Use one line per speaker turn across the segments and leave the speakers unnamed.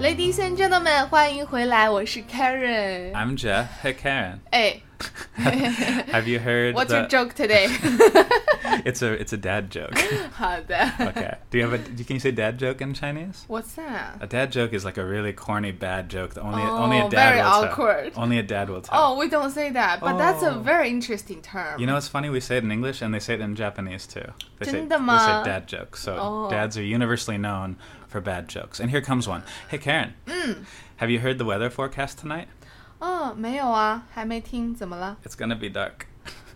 Ladies and gentlemen，欢迎回来，我是 Karen。
I'm Jeff. Hey, Karen.
哎
Have you heard?
，What's your
the-
joke today？
It's a it's a dad joke.
好的。
Okay. Do you have a? do- Can you say dad joke in Chinese?
What's that？
A dad joke is like a really corny bad joke that only
Oh,
only a dad
very
will tell.
awkward.
Only a dad will tell.
Oh, we don't say that, but that's a
Oh.
very interesting term.
You know, it's funny we say it in English and they say it in Japanese too. They say, they say
真的吗？
dad jokes. So
Oh.
dads are universally known for bad jokes. And here comes one. Hey, Karen.
Mm.
Have you heard the weather forecast tonight?
哦，Oh, 没有啊，还没听，怎么了
It's gonna be dark.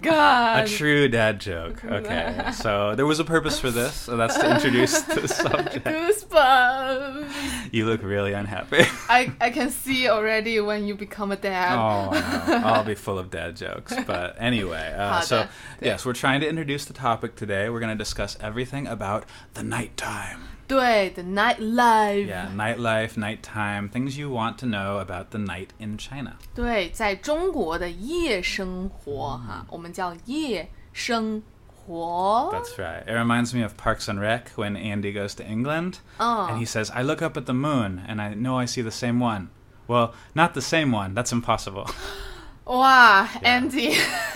A
？God，
true dad joke. Okay. so there was a purpose for this. So that's to introduce the subject.
goosebumps.
You look really unhappy.
I I can see already when you become a dad.
Oh, no. I'll be full of dad jokes. But anyway, uh,
Hot
so
dad.
yes, we're trying to introduce the topic today. We're going to discuss everything about the nighttime.
对，the nightlife。
Yeah, nightlife, nighttime, things you want to know about the night in China.
对，在中国的夜生活哈、我们叫夜生活。
That's right. It reminds me of Parks and Rec when Andy goes to England
Oh.
and he says, I look up at the moon and I know I see the same one. Well, not the same one. That's impossible.
哇、a n d y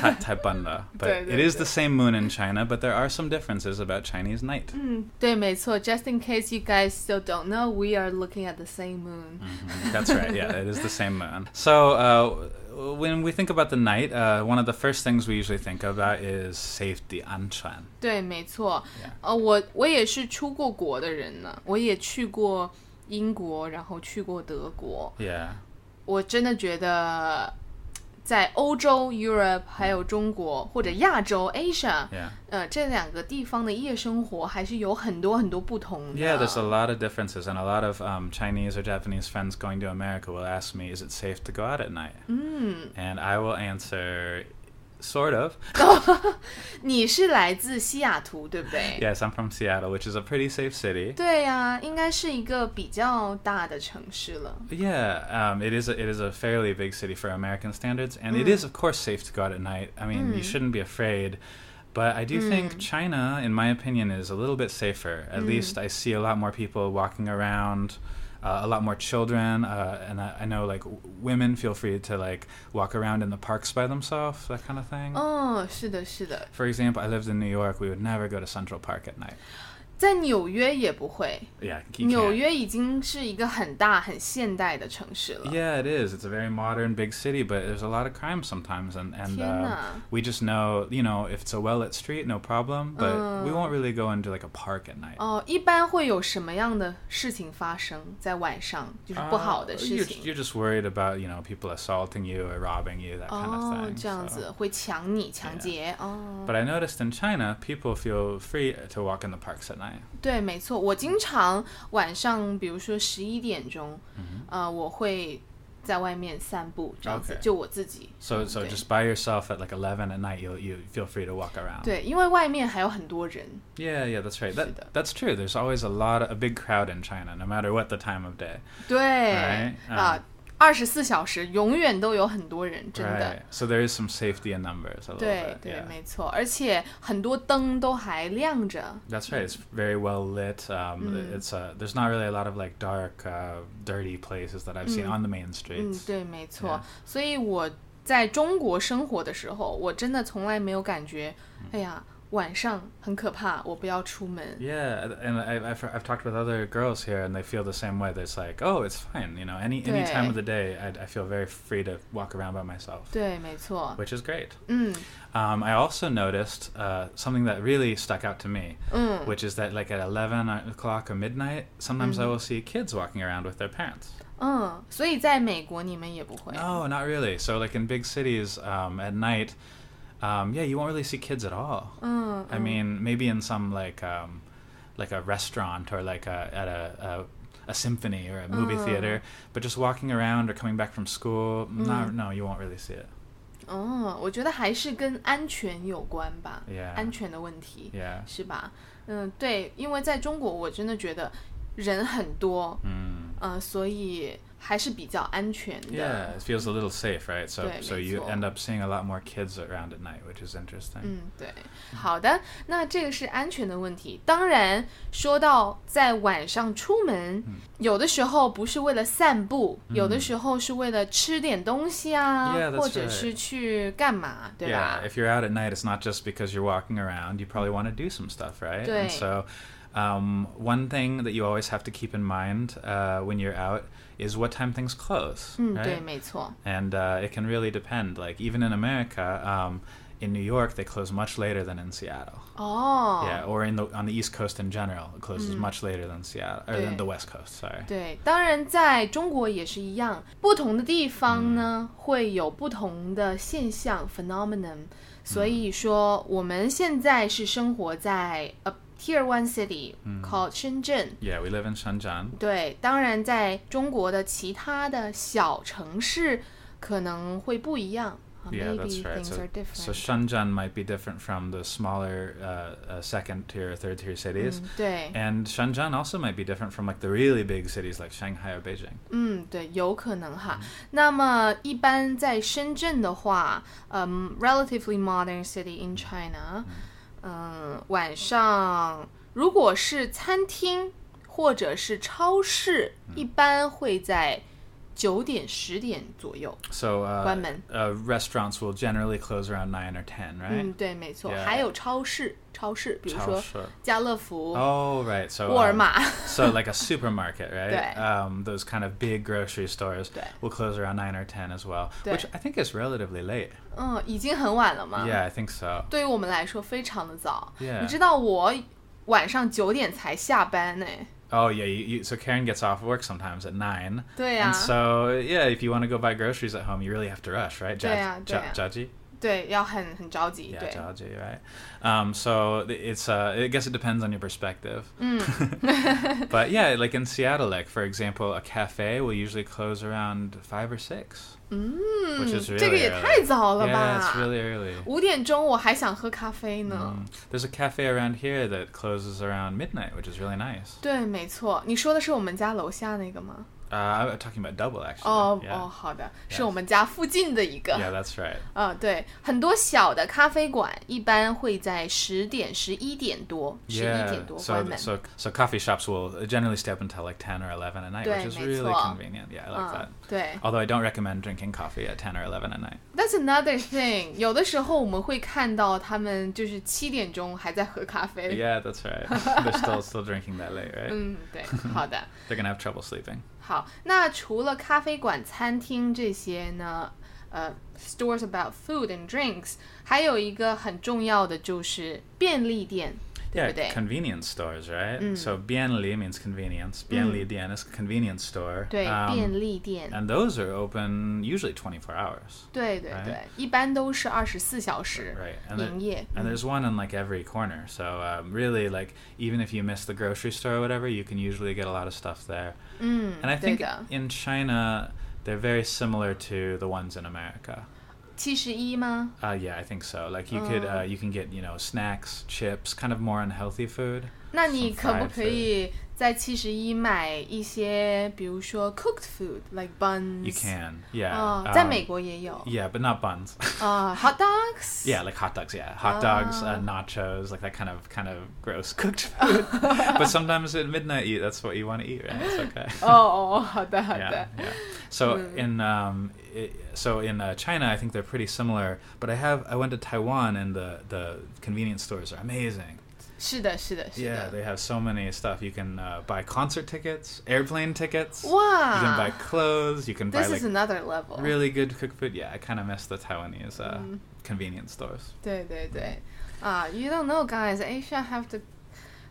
Ta- Taibanda. But
Right,
it
right,
is the
right.
same moon in China, but there are some differences about Chinese night.
对，没错。Just in case you guys still don't know, we are looking at the same moon、
Mm-hmm. That's right. Yeah, it is the same moon. So uh, when we think about the night, uh, one of the first things we usually think about is safety, anchuan.
对，没错。
Yeah.
呃，我我也是出过国的人呢，我也去过英国，然后去过德国。
Yeah.
我真的觉得，在欧洲 Europe 还有中国或者亚洲 Asia，
Yeah.
呃，这两个地方的夜生活还是有很多很多不同的。
Yeah, there's a lot of differences, and a lot of um, Chinese or Japanese friends going to America will ask me, "Is it safe to go out at night?" Mm. And I will answer, "Sort of."
你是来自西雅图，对不对
Yes, I'm from Seattle, which is a pretty safe city.
对呀、应该是一个比较大的城市了。
Yeah, um, it is. A, it is a fairly big city for American standards, and it is, of course, safe to go out at night. I mean, you shouldn't be afraid. But I do think China, in my opinion, is a little bit safer. At least I see a lot more people walking around, uh, a lot more children, uh, and I, I know like w- women feel free to like walk around in the parks by themselves, that kind of thing.
嗯，是的，是的，
For example, I lived in New York. We would never go to Central Park at night.
在纽约也不会。
Yeah, you can't.
纽约已经是一个很大、很现代的城市了。
Yeah, it is. It's a very modern big city, but there's a lot of crime sometimes, and and uh,
Tiena.
we just know, you know, if it's a well lit street, no problem. But
Oh.
we won't really go into like a park at night.
哦、一般会有什么样的事情发生在晚上？就是不好的
Uh,
事
you're,
情。
you're just worried about you know people assaulting you or robbing you that
哦、
kind of thing.
Oh，这样
so-
子会抢你、抢劫哦。
啊 But I noticed in China, people feel free to walk in the parks at night.
对，没错，我经常晚上，比如说十一点钟，呃，我会在外面散步，这样子
OK
就我自己。嗯
So so
Okay.
just by yourself at like eleven at night, you will you feel free to walk around.
对，因为外面还有很多人。
Yeah, yeah, that's right.
Should, uh,
That, that's true. There's always a lot of a big crowd in China, no matter what the time of day.
对
Right，嗯
啊，二十四小时永远都有很多人，真的。
Right. So there is some safety in numbers a little
对
bit.
对，
yeah.
没错，而且很多灯都还亮着。
That's right. It's very well lit. Um, It's uh, there's not really a lot of like dark, uh, dirty places that I've seen on the main
嗯
streets.，
对，没错
Yeah。
所以我在中国生活的时候，我真的从来没有感觉，哎呀，晚上很可怕，我不要出门。
嗯 Yeah, and I, I've, I've talked with other girls here, and they feel the same way. There's like, oh, it's fine. You know, any any time of the day, I, I feel very free to walk around by myself,
对，没错。
which is great.
嗯
Um, I also noticed uh, something that really stuck out to me,
嗯，
which is that like at eleven o'clock or midnight, sometimes I will see kids walking around with their parents.
嗯，所以在美国你们也不会。
No, not really. So, like in big cities, um, at night, um, yeah, you won't really see kids at all.
嗯
I mean, maybe in some like um, like a restaurant or like a, at a, a a symphony or a movie theater, but just walking around or coming back from school, no, no, you won't really see it.
嗯，我觉得还是跟安全有关吧
Yeah.
安全的问题
Yeah,
是吧？嗯，对，因为在中国我真的觉得人很多，
Mm.
嗯、所以还是比较安全的。
Yeah, it feels a little safe, right? So,
Yeah,
so
makes
you
all.
end up seeing a lot more kids around at night, which is interesting.
嗯，对，好的，那这个是安全的问题。当然，说到在晚上出门，
嗯
有的时候不是为了散步，有的时候是为了吃点东西啊
Yeah, that's
或者是去干嘛，对
yeah,
吧
if you're out at night, it's not just because you're walking around. You probably want to do some stuff, right?
对.
And so, um, one thing that you always have to keep in mind uh, when you're out is what time things close,
嗯，对，
right?
没错，
And uh, it can really depend. Like even in America, um, in New York, they close much later than in Seattle.
哦
Yeah, or in the on the East Coast in general, it closes much later than Seattle or
Yeah.
than the West Coast. Sorry.
对，当然在中国也是一样，不同的地
嗯
方呢、会有不同的现象 phenomenon。所
嗯
以说，我们现在是生活在 a tier one city、called
嗯
深圳。
Yeah, we live in Shenzhen.
对，当然在中国的其他的小城市可能会不一样。啊
Yeah,
Maybe
that's right.
things
So,
are different.
so Shenzhen might be different from the smaller uh, uh, second tier or third tier cities.
嗯对，
And Shenzhen also might be different from like the really big cities like Shanghai or Beijing.
嗯，对，有可能哈。
嗯
那么一般在深圳的话，嗯，relatively modern city in China，嗯，晚上如果是餐厅或者是超市，一般会在九点十点左右。
So uh,
Guanmen.
uh, restaurants will generally close around nine or ten,
嗯，
right?
对，没错。
哎 Yeah.
还有超市，超市，比如说
Chaoshu.
家乐福、
Oh right, so
沃尔
um,
玛。
so like a supermarket, right?
对。
Um, those kind of big grocery stores
对
will close around nine or ten as well,
对。
which I think is relatively late.
嗯，已经很晚了嘛。
Yeah, I think so.
对于我们来说非常的早。
Yeah.
你知道我晚上九点才下班呢。哎
Oh yeah, you, you, so Karen gets off work sometimes at nine.
对呀、
And so yeah, if you want to go buy groceries at home, you really have to rush, right?
Yeah,
ja-
yeah.
Jaji?
对，要很很着急。
Yeah,
对
Jaji, right? Um, so th- it's uh, I guess it depends on your perspective.
Mm.
but yeah, like in Seattle, like for example, a cafe will usually close around five or six,
嗯
which is really
这个也
early.
太早了
Yeah,
吧？
it's really early.
五点钟我还想喝咖啡呢。
Mm. There's a cafe around here that closes around midnight, which is really nice.
对，没错，你说的是我们家楼下那个吗？
Uh, I'm talking about double actually.
哦
yeah.
哦，好的，是我们家附近的一个。
yeah, that's right.
呃，对，很多小的咖啡馆一般会在十点、十一点多、十一
Yeah,
点多
so
关门。
so so coffee shops will generally stay up until like ten or eleven at night, which is
对，没
really
错。Uh.
convenient. Yeah, I like
嗯
that.，
对
Although I don't recommend drinking coffee at ten or eleven at night.
，That's another thing。有的时候我们会看到他们就是七点钟还在喝咖啡。
Yeah, that's right. They're still still drinking that late, right?
嗯，对，好的，
They're gonna have trouble sleeping.
好。那除了咖啡馆、餐厅这些呢？呃，stores about food and drinks，还有一个很重要的就是便利店，对
Yeah,
不对？
convenience stores, right?
Mm.
So bianli means convenience. Bianli dian is convenience store.
对，
Um,
便利店，
and those are open usually twenty four hours.
对对
right
对，一般都是二十四小时
Right. And there-
营业。
And there's one on like every corner. So um, really, like even if you miss the grocery store or whatever, you can usually get a lot of stuff there. Mm, and I think
data.
in China, they're very similar to the ones in America.
七十一吗？
Uh, yeah, I think so. Like you could
Oh.
uh, you can get you know snacks, chips, kind of more unhealthy food.
那你可
Some
不
fried
可以在七十一买一些，比如说 cooked food，like buns？
You can, yeah.
啊，
um,
在美国也有
Yeah, but not buns.
啊，hot Oh, dogs。Oh.
yeah, like hot dogs. Yeah, hot dogs, uh, nachos, like that kind of kind of gross cooked food. but sometimes at midnight, you, that's what you want to eat, right? It's okay.
哦哦，好的好
yeah,
的。
yeah. So in um, i so in uh, China, I think they're pretty similar. But I have I went to Taiwan, and the the convenience stores are amazing.
是的，是的，是
Yeah,
的。
they have so many stuff. You can uh, buy concert tickets, airplane tickets. You can buy
哇
clothes. You can buy
，This is
like
another level。嗯
really good cook food. Yeah, I kind of miss the Taiwanese uh,
Mm.
convenience stores.
对对对，啊，You don't know, guys. Asia have the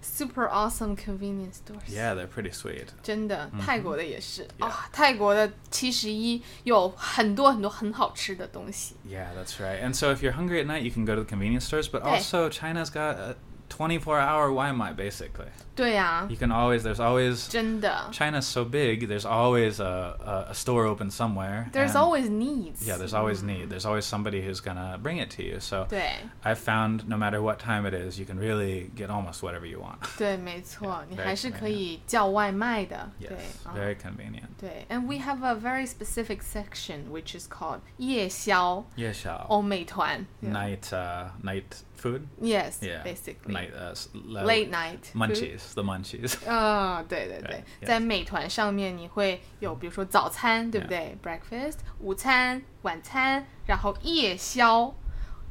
super awesome convenience stores.
Yeah, they're pretty sweet.
真的，泰国的也是
Yeah
啊，泰国的七十一有很多很多很好吃的东西。
Yeah, that's right. And so if you're hungry at night, you can go to the convenience stores. But
Hey.
also, China's got a 24-hour Waimai, basically.
对呀、
You can always there's always
真的
China's so big. There's always a a, a store open somewhere.
，there's
and-
always needs。
yeah. There's always need. There's always somebody who's gonna bring it to you. So
对
I've found no matter what time it is, you can really get almost whatever you want.
对，没错
Yeah，
你
very
还是可以叫外卖的。对
Yes,
啊
very convenient.
对，and we have a very specific section which is called 夜宵
夜宵
欧美团。
night uh, night food.
Yes,
Yeah,
basically
night uh, s- lo-
late night food Oh,
munchies, the munchies.
啊、对对对
Right,
在美团上面你会有，比如说早餐，对不对 Breakfast，午餐、晚餐，然后夜宵。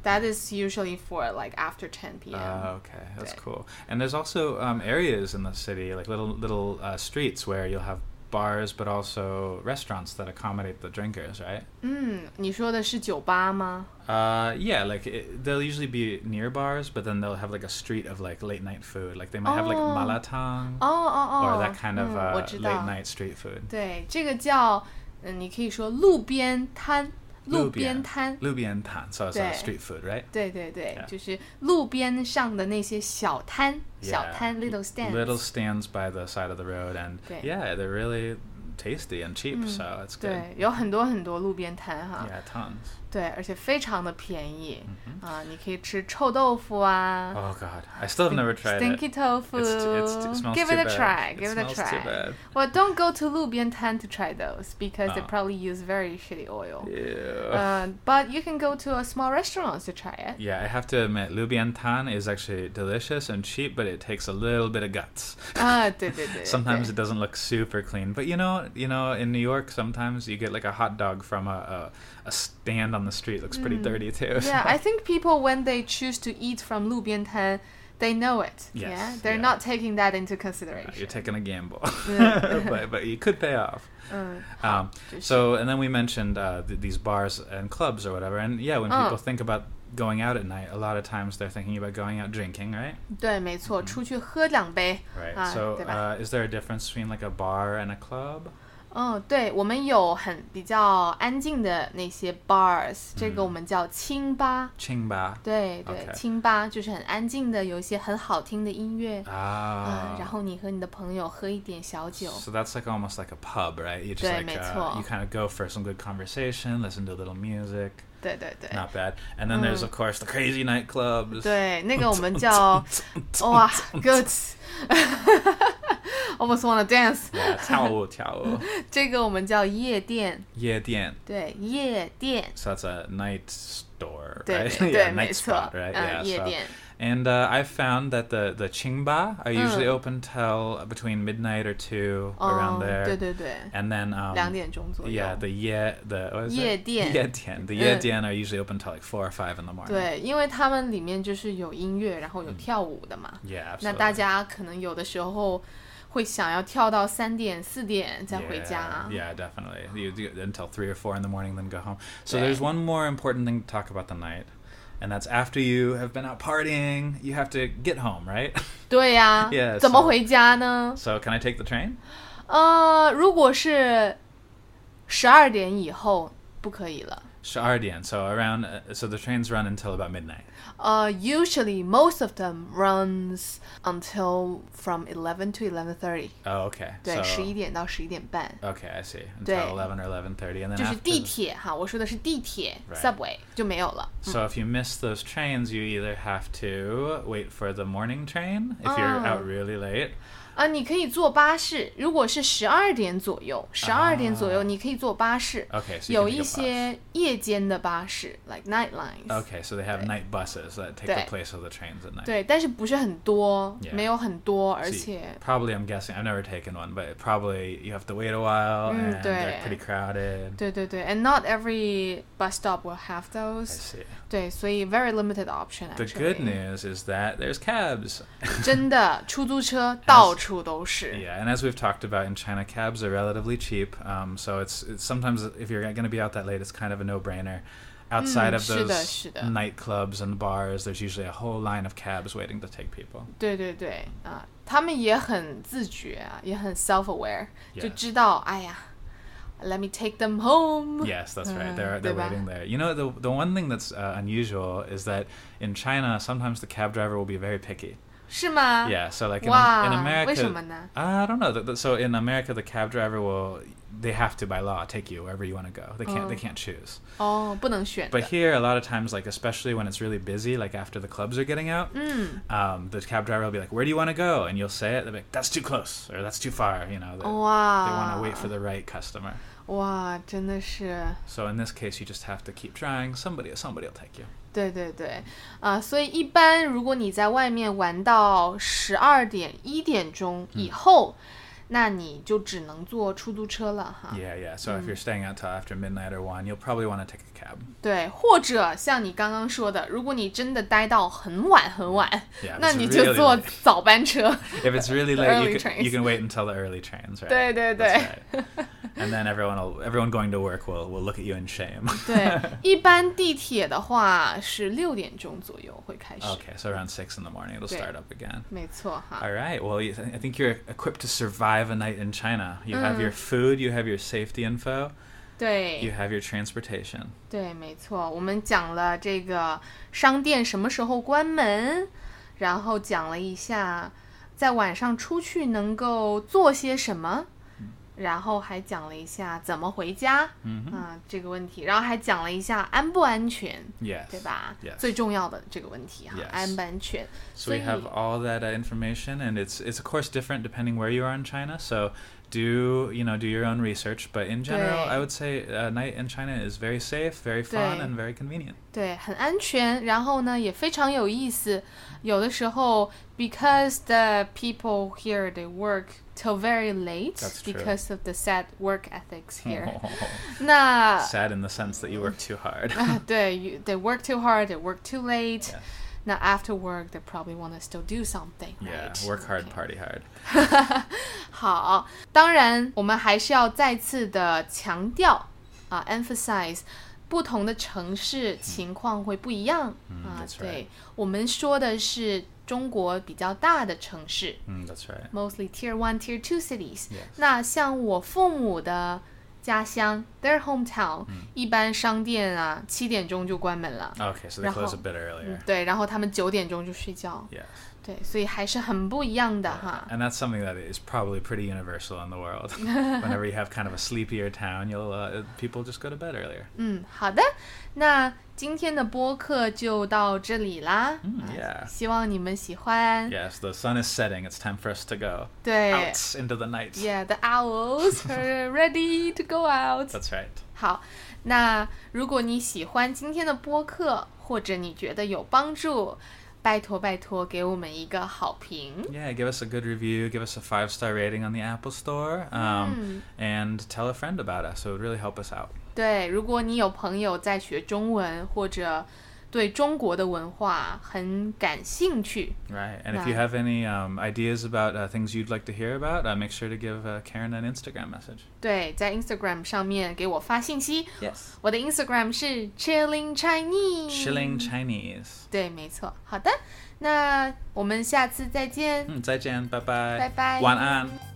That is usually for like after 10 p.m.、
Ah, okay, that's
Right.
cool. And there's also um, areas in the city, like little little uh, streets where you'll have bars, but also restaurants that accommodate the drinkers, right?
嗯，你说的是酒吧吗？
Uh, yeah, like it, they'll usually be near bars, but then they'll have like a street of like late night food. Like they might have like
Oh. Hmm,
malatang
哦哦哦
or that kind of
嗯
uh,
我知
late
道。
night street food.
对，这个叫嗯，你可以说路边摊，路边
Lubian-
摊。
Lubian tan, so it's uh,
对。
street food, right?
对对对
Yeah
就是路边上的那些小摊小
Yeah.
摊 little stands。
Little stands by the side of the road, and
Right.
yeah, they're really tasty and cheap,
Hmm,
so it's good.
对，有很多很多路边摊哈
Yeah, tons. Mm-hmm.
对，而且非常的便宜、啊！你可以吃臭豆腐啊、
Oh god, I still have never tried
Uh-huh. stinky
it.
tofu，give
It's t- it's t- it smells
it
too
a
bad.
try，give it
It
a
smells too
try
bad.
Well, don't go to路边摊 to try those because they
Ah.
probably use very shitty oil.
Ew.
Uh, but you can go to a small restaurant to try it.
yeah, I have to admit, Lubian tan is actually delicious and cheap, but it takes a little bit of guts.
啊，对对对。对
Sometimes it doesn't look super clean, but you know, you know, in New York, sometimes you get like a hot dog from a a, a stand on the street. Looks pretty dirty too.
Mm. yeah, I think people when they choose to eat from 路边摊，they know it.
Yes,
yeah, they're
yeah.
not taking that into
You're
consideration.
taking a gamble, but but you could pay off.
嗯，
Um,
就是-
so, and then we mentioned uh, th- these bars and clubs or whatever. And yeah, when
Uh.
people think about going out at night, a lot of times they're thinking about going out drinking, right?
对，没错，
Mm-hmm.
出去喝两杯
Right.
啊，
so,
对吧？
uh, is there a difference between like a bar and a club?
嗯，对，我们有很比较安静的那些 bars，这
Mm-hmm.
个我们叫清吧。
Qingba.
对对，
OK
清吧就是很安静的，有一些很好听的音乐啊，然
Ah.
后你和你的朋友喝一点小酒。
So that's like almost like a pub, right? You just
对，
like
没
uh,
错。
you kind of go for some good conversation, listen to a little music.
对对对。
Not bad. And then there's of course the crazy nightclubs.
对，那个我们叫 哇，good。Almost wanna dance，
Yeah, 跳舞跳舞。
这个我们叫夜店，
夜店。
对夜店，
So that's a night store,
对
right?
对
哎 yeah,
对，没
night
错，
spot, right?
嗯，夜
yeah. So,
店，
and uh, I found that the the Qingba are usually open till between midnight or two
哦
around，there.
对对对，
And then um,
两点钟左
Yeah,
右。
the ye the what is it?
夜店。
夜店. The
嗯。
夜店 are usually open till like four or five in the morning.
对，因为他们里面就是有音乐，然后有跳舞的嘛。
Yeah,
那
absolutely.
大家可能有的时候会想要跳到三点、四点再回
Yeah,
家。
yeah, definitely. You do it until three or four in the morning, then go home. So
Right.
there's one more important thing to talk about the night, and that's after you have been out partying, you have to get home, right?
对呀
Yeah，
怎么
so-
回家呢？
so can I take the train?
呃，如果是十二点以后不可以了。
Shardian. So around, uh, so the trains run until about midnight.
呃、u s u a l l y most of them runs until from eleven to eleven thirty。
Oh, okay.
对，十一
So,
点到十一点半，
okay, I see. Until
Right.
eleven or eleven thirty, and then
就是
after.
地铁哈，我说的是地铁
Right.
subway 就没有了。
So if you miss those trains, you either have to wait for the morning train if you're
Oh.
out really late.
啊，你可以坐巴士，如果是十二点左右，十二点左右你可以坐巴士。
Okay, so 啊 you
有
can take
一
a bus.
些夜间的巴士，like night lines。
Okay, so they have night buses that take
对。
the place of the trains at night.
对，但是不是很多
Yeah
没有很多，而
So you-
且
probably I'm guessing I've never taken one, but probably you have to wait a while and they're
对。
pretty crowded.
对对对，and not every bus stop will have
I
those。
see.
对，所以 very limited option
The
actually。
good news is that there's cabs.
真的，出租车到处都是。
Yeah, and as we've talked about in China, cabs are relatively cheap. Um, so it's, it's sometimes if you're going to be out that late, it's kind of a no-brainer. Outside of
是的，
those
是的。
nightclubs and bars, there's usually a whole line of cabs waiting to take people.
对对对啊，他们也很自觉啊，也很 self aware，
Yeah
就知道，哎呀，let me take them home。
Yes, that's
Uh,
right. They're they're
diba?
waiting there. You know, the the one thing that's uh, unusual is that in China, sometimes the cab driver will be very picky.
是吗？
Yeah, so like in, in
哇，为什么
America, Uh,
呢？
I don't know. Th- th- So in America, the cab driver will they have to by law take you wherever you want to go. They can't they
Oh.
can't choose.
哦，不能选的。
But here, a lot of times, like especially when it's really busy, like after the clubs are getting out,
嗯，
um, the cab driver will be like, "Where do you want to go?" And you'll say it. They'll be like, "That's too close," or "That's too far." You know, they, they
哇
want to wait for the right customer.
哇，真的是。
So in this case, you just have to keep trying. Somebody, somebody will take you.
对对对，啊，所以一般如果你在外面玩到十二点一点钟以后，
嗯
那你就只能坐出租车了哈。
Yeah, yeah. So
Mm.
if you're staying out till after midnight or one, you'll probably want to take a cab.
对，或者像你刚刚说的，如果你真的待到很晚很晚
Yeah,
那
it's
你就
really
坐
late.
早班 车。
If it's really
The
late,
early
you can,
trains.
you can wait until the early trains, right?
对，对，对。
That's right. And then everyone will, everyone going to work will, will look at you in shame.
对，一般地铁的话是六点钟左右会开始。
okay, so around six in the morning, it'll
Yeah.
start up again.
没错哈，
All right. Well, you, I think you're equipped to survive a night in China. You
Mm-hmm.
have your food, you have your safety info,
对
you have your transportation.
对，没错，我们讲了这个商店什么时候关门，然后讲了一下在晚上出去能够做些什么，然后还讲了一下怎么回家，嗯
Mm-hmm.
啊、这个问题，然后还讲了一下安不安全，
Yes.
对吧
Yes.
最重要的这个问题哈
Yes.
安不安全？
So we
所以
have
-
all that uh, information, and it's it's of course different depending where you are in China. So do you know do your own research, but in general,
Right.
I would say a night in China is very safe, very fun,
Right.
and very convenient.
对，很安全，然后呢也非常有意思。有的时候，because the people here they work till very late
That's true. Oh.
because of the sad work ethics here Uh, 那。
Sad in the sense that you work too hard.
啊，uh, 对，you, they work too hard, they work too late.
Yeah.
那 after work they probably want to still do something.
yeah,
right?
work hard,
Okay.
party hard.
好，当然我们还是要再次的强调啊，emphasize。不同的城市情况会不一样、啊
嗯 that's right.，
对，我们说的是中国比较大的城市
Mm, that's right.
，mostly tier one, tier two cities。
Yes.
那像我父母的家乡，their hometown，、一
嗯
般商店啊七点钟就关门了，
Okay, so they close a
然后-
bit earlier.
对，然后他们九点钟就睡觉，
Yes.
对，所以还是很不一样的哈。
And that's something that is probably pretty universal in the world. Whenever you have kind of a sleepier town, you'll uh, people just go to bed earlier.
嗯，好的，那今天的播客就到这里啦。
Mm,
啊
yeah.
希望你们喜欢。
Yes, the sun is setting. It's time for us to go
对
out into the night.
，Yeah，the owls are ready to go out。
That's right.
好，那如果你喜欢今天的播客，或者你觉得有帮助，拜托拜托给我们一个好评。
Yeah, give us a good review. Give us a five star rating on the Apple Store, um, and tell a friend about us. It would really help us out.
对，如果你有朋友在学中文，或者对中国的文化很感兴趣，
Right. And if you
Right.
have any um, ideas about uh, things you'd like to hear about, uh, make sure to give uh, Karen an Instagram message.
对，在 Instagram 上面给我发信息。
Yes.
我的 Instagram 是 Chilling Chinese。
Shilling Chinese.
对，没错。好的，那我们下次再见。
Mm, 再见，拜拜。
拜拜。
晚安。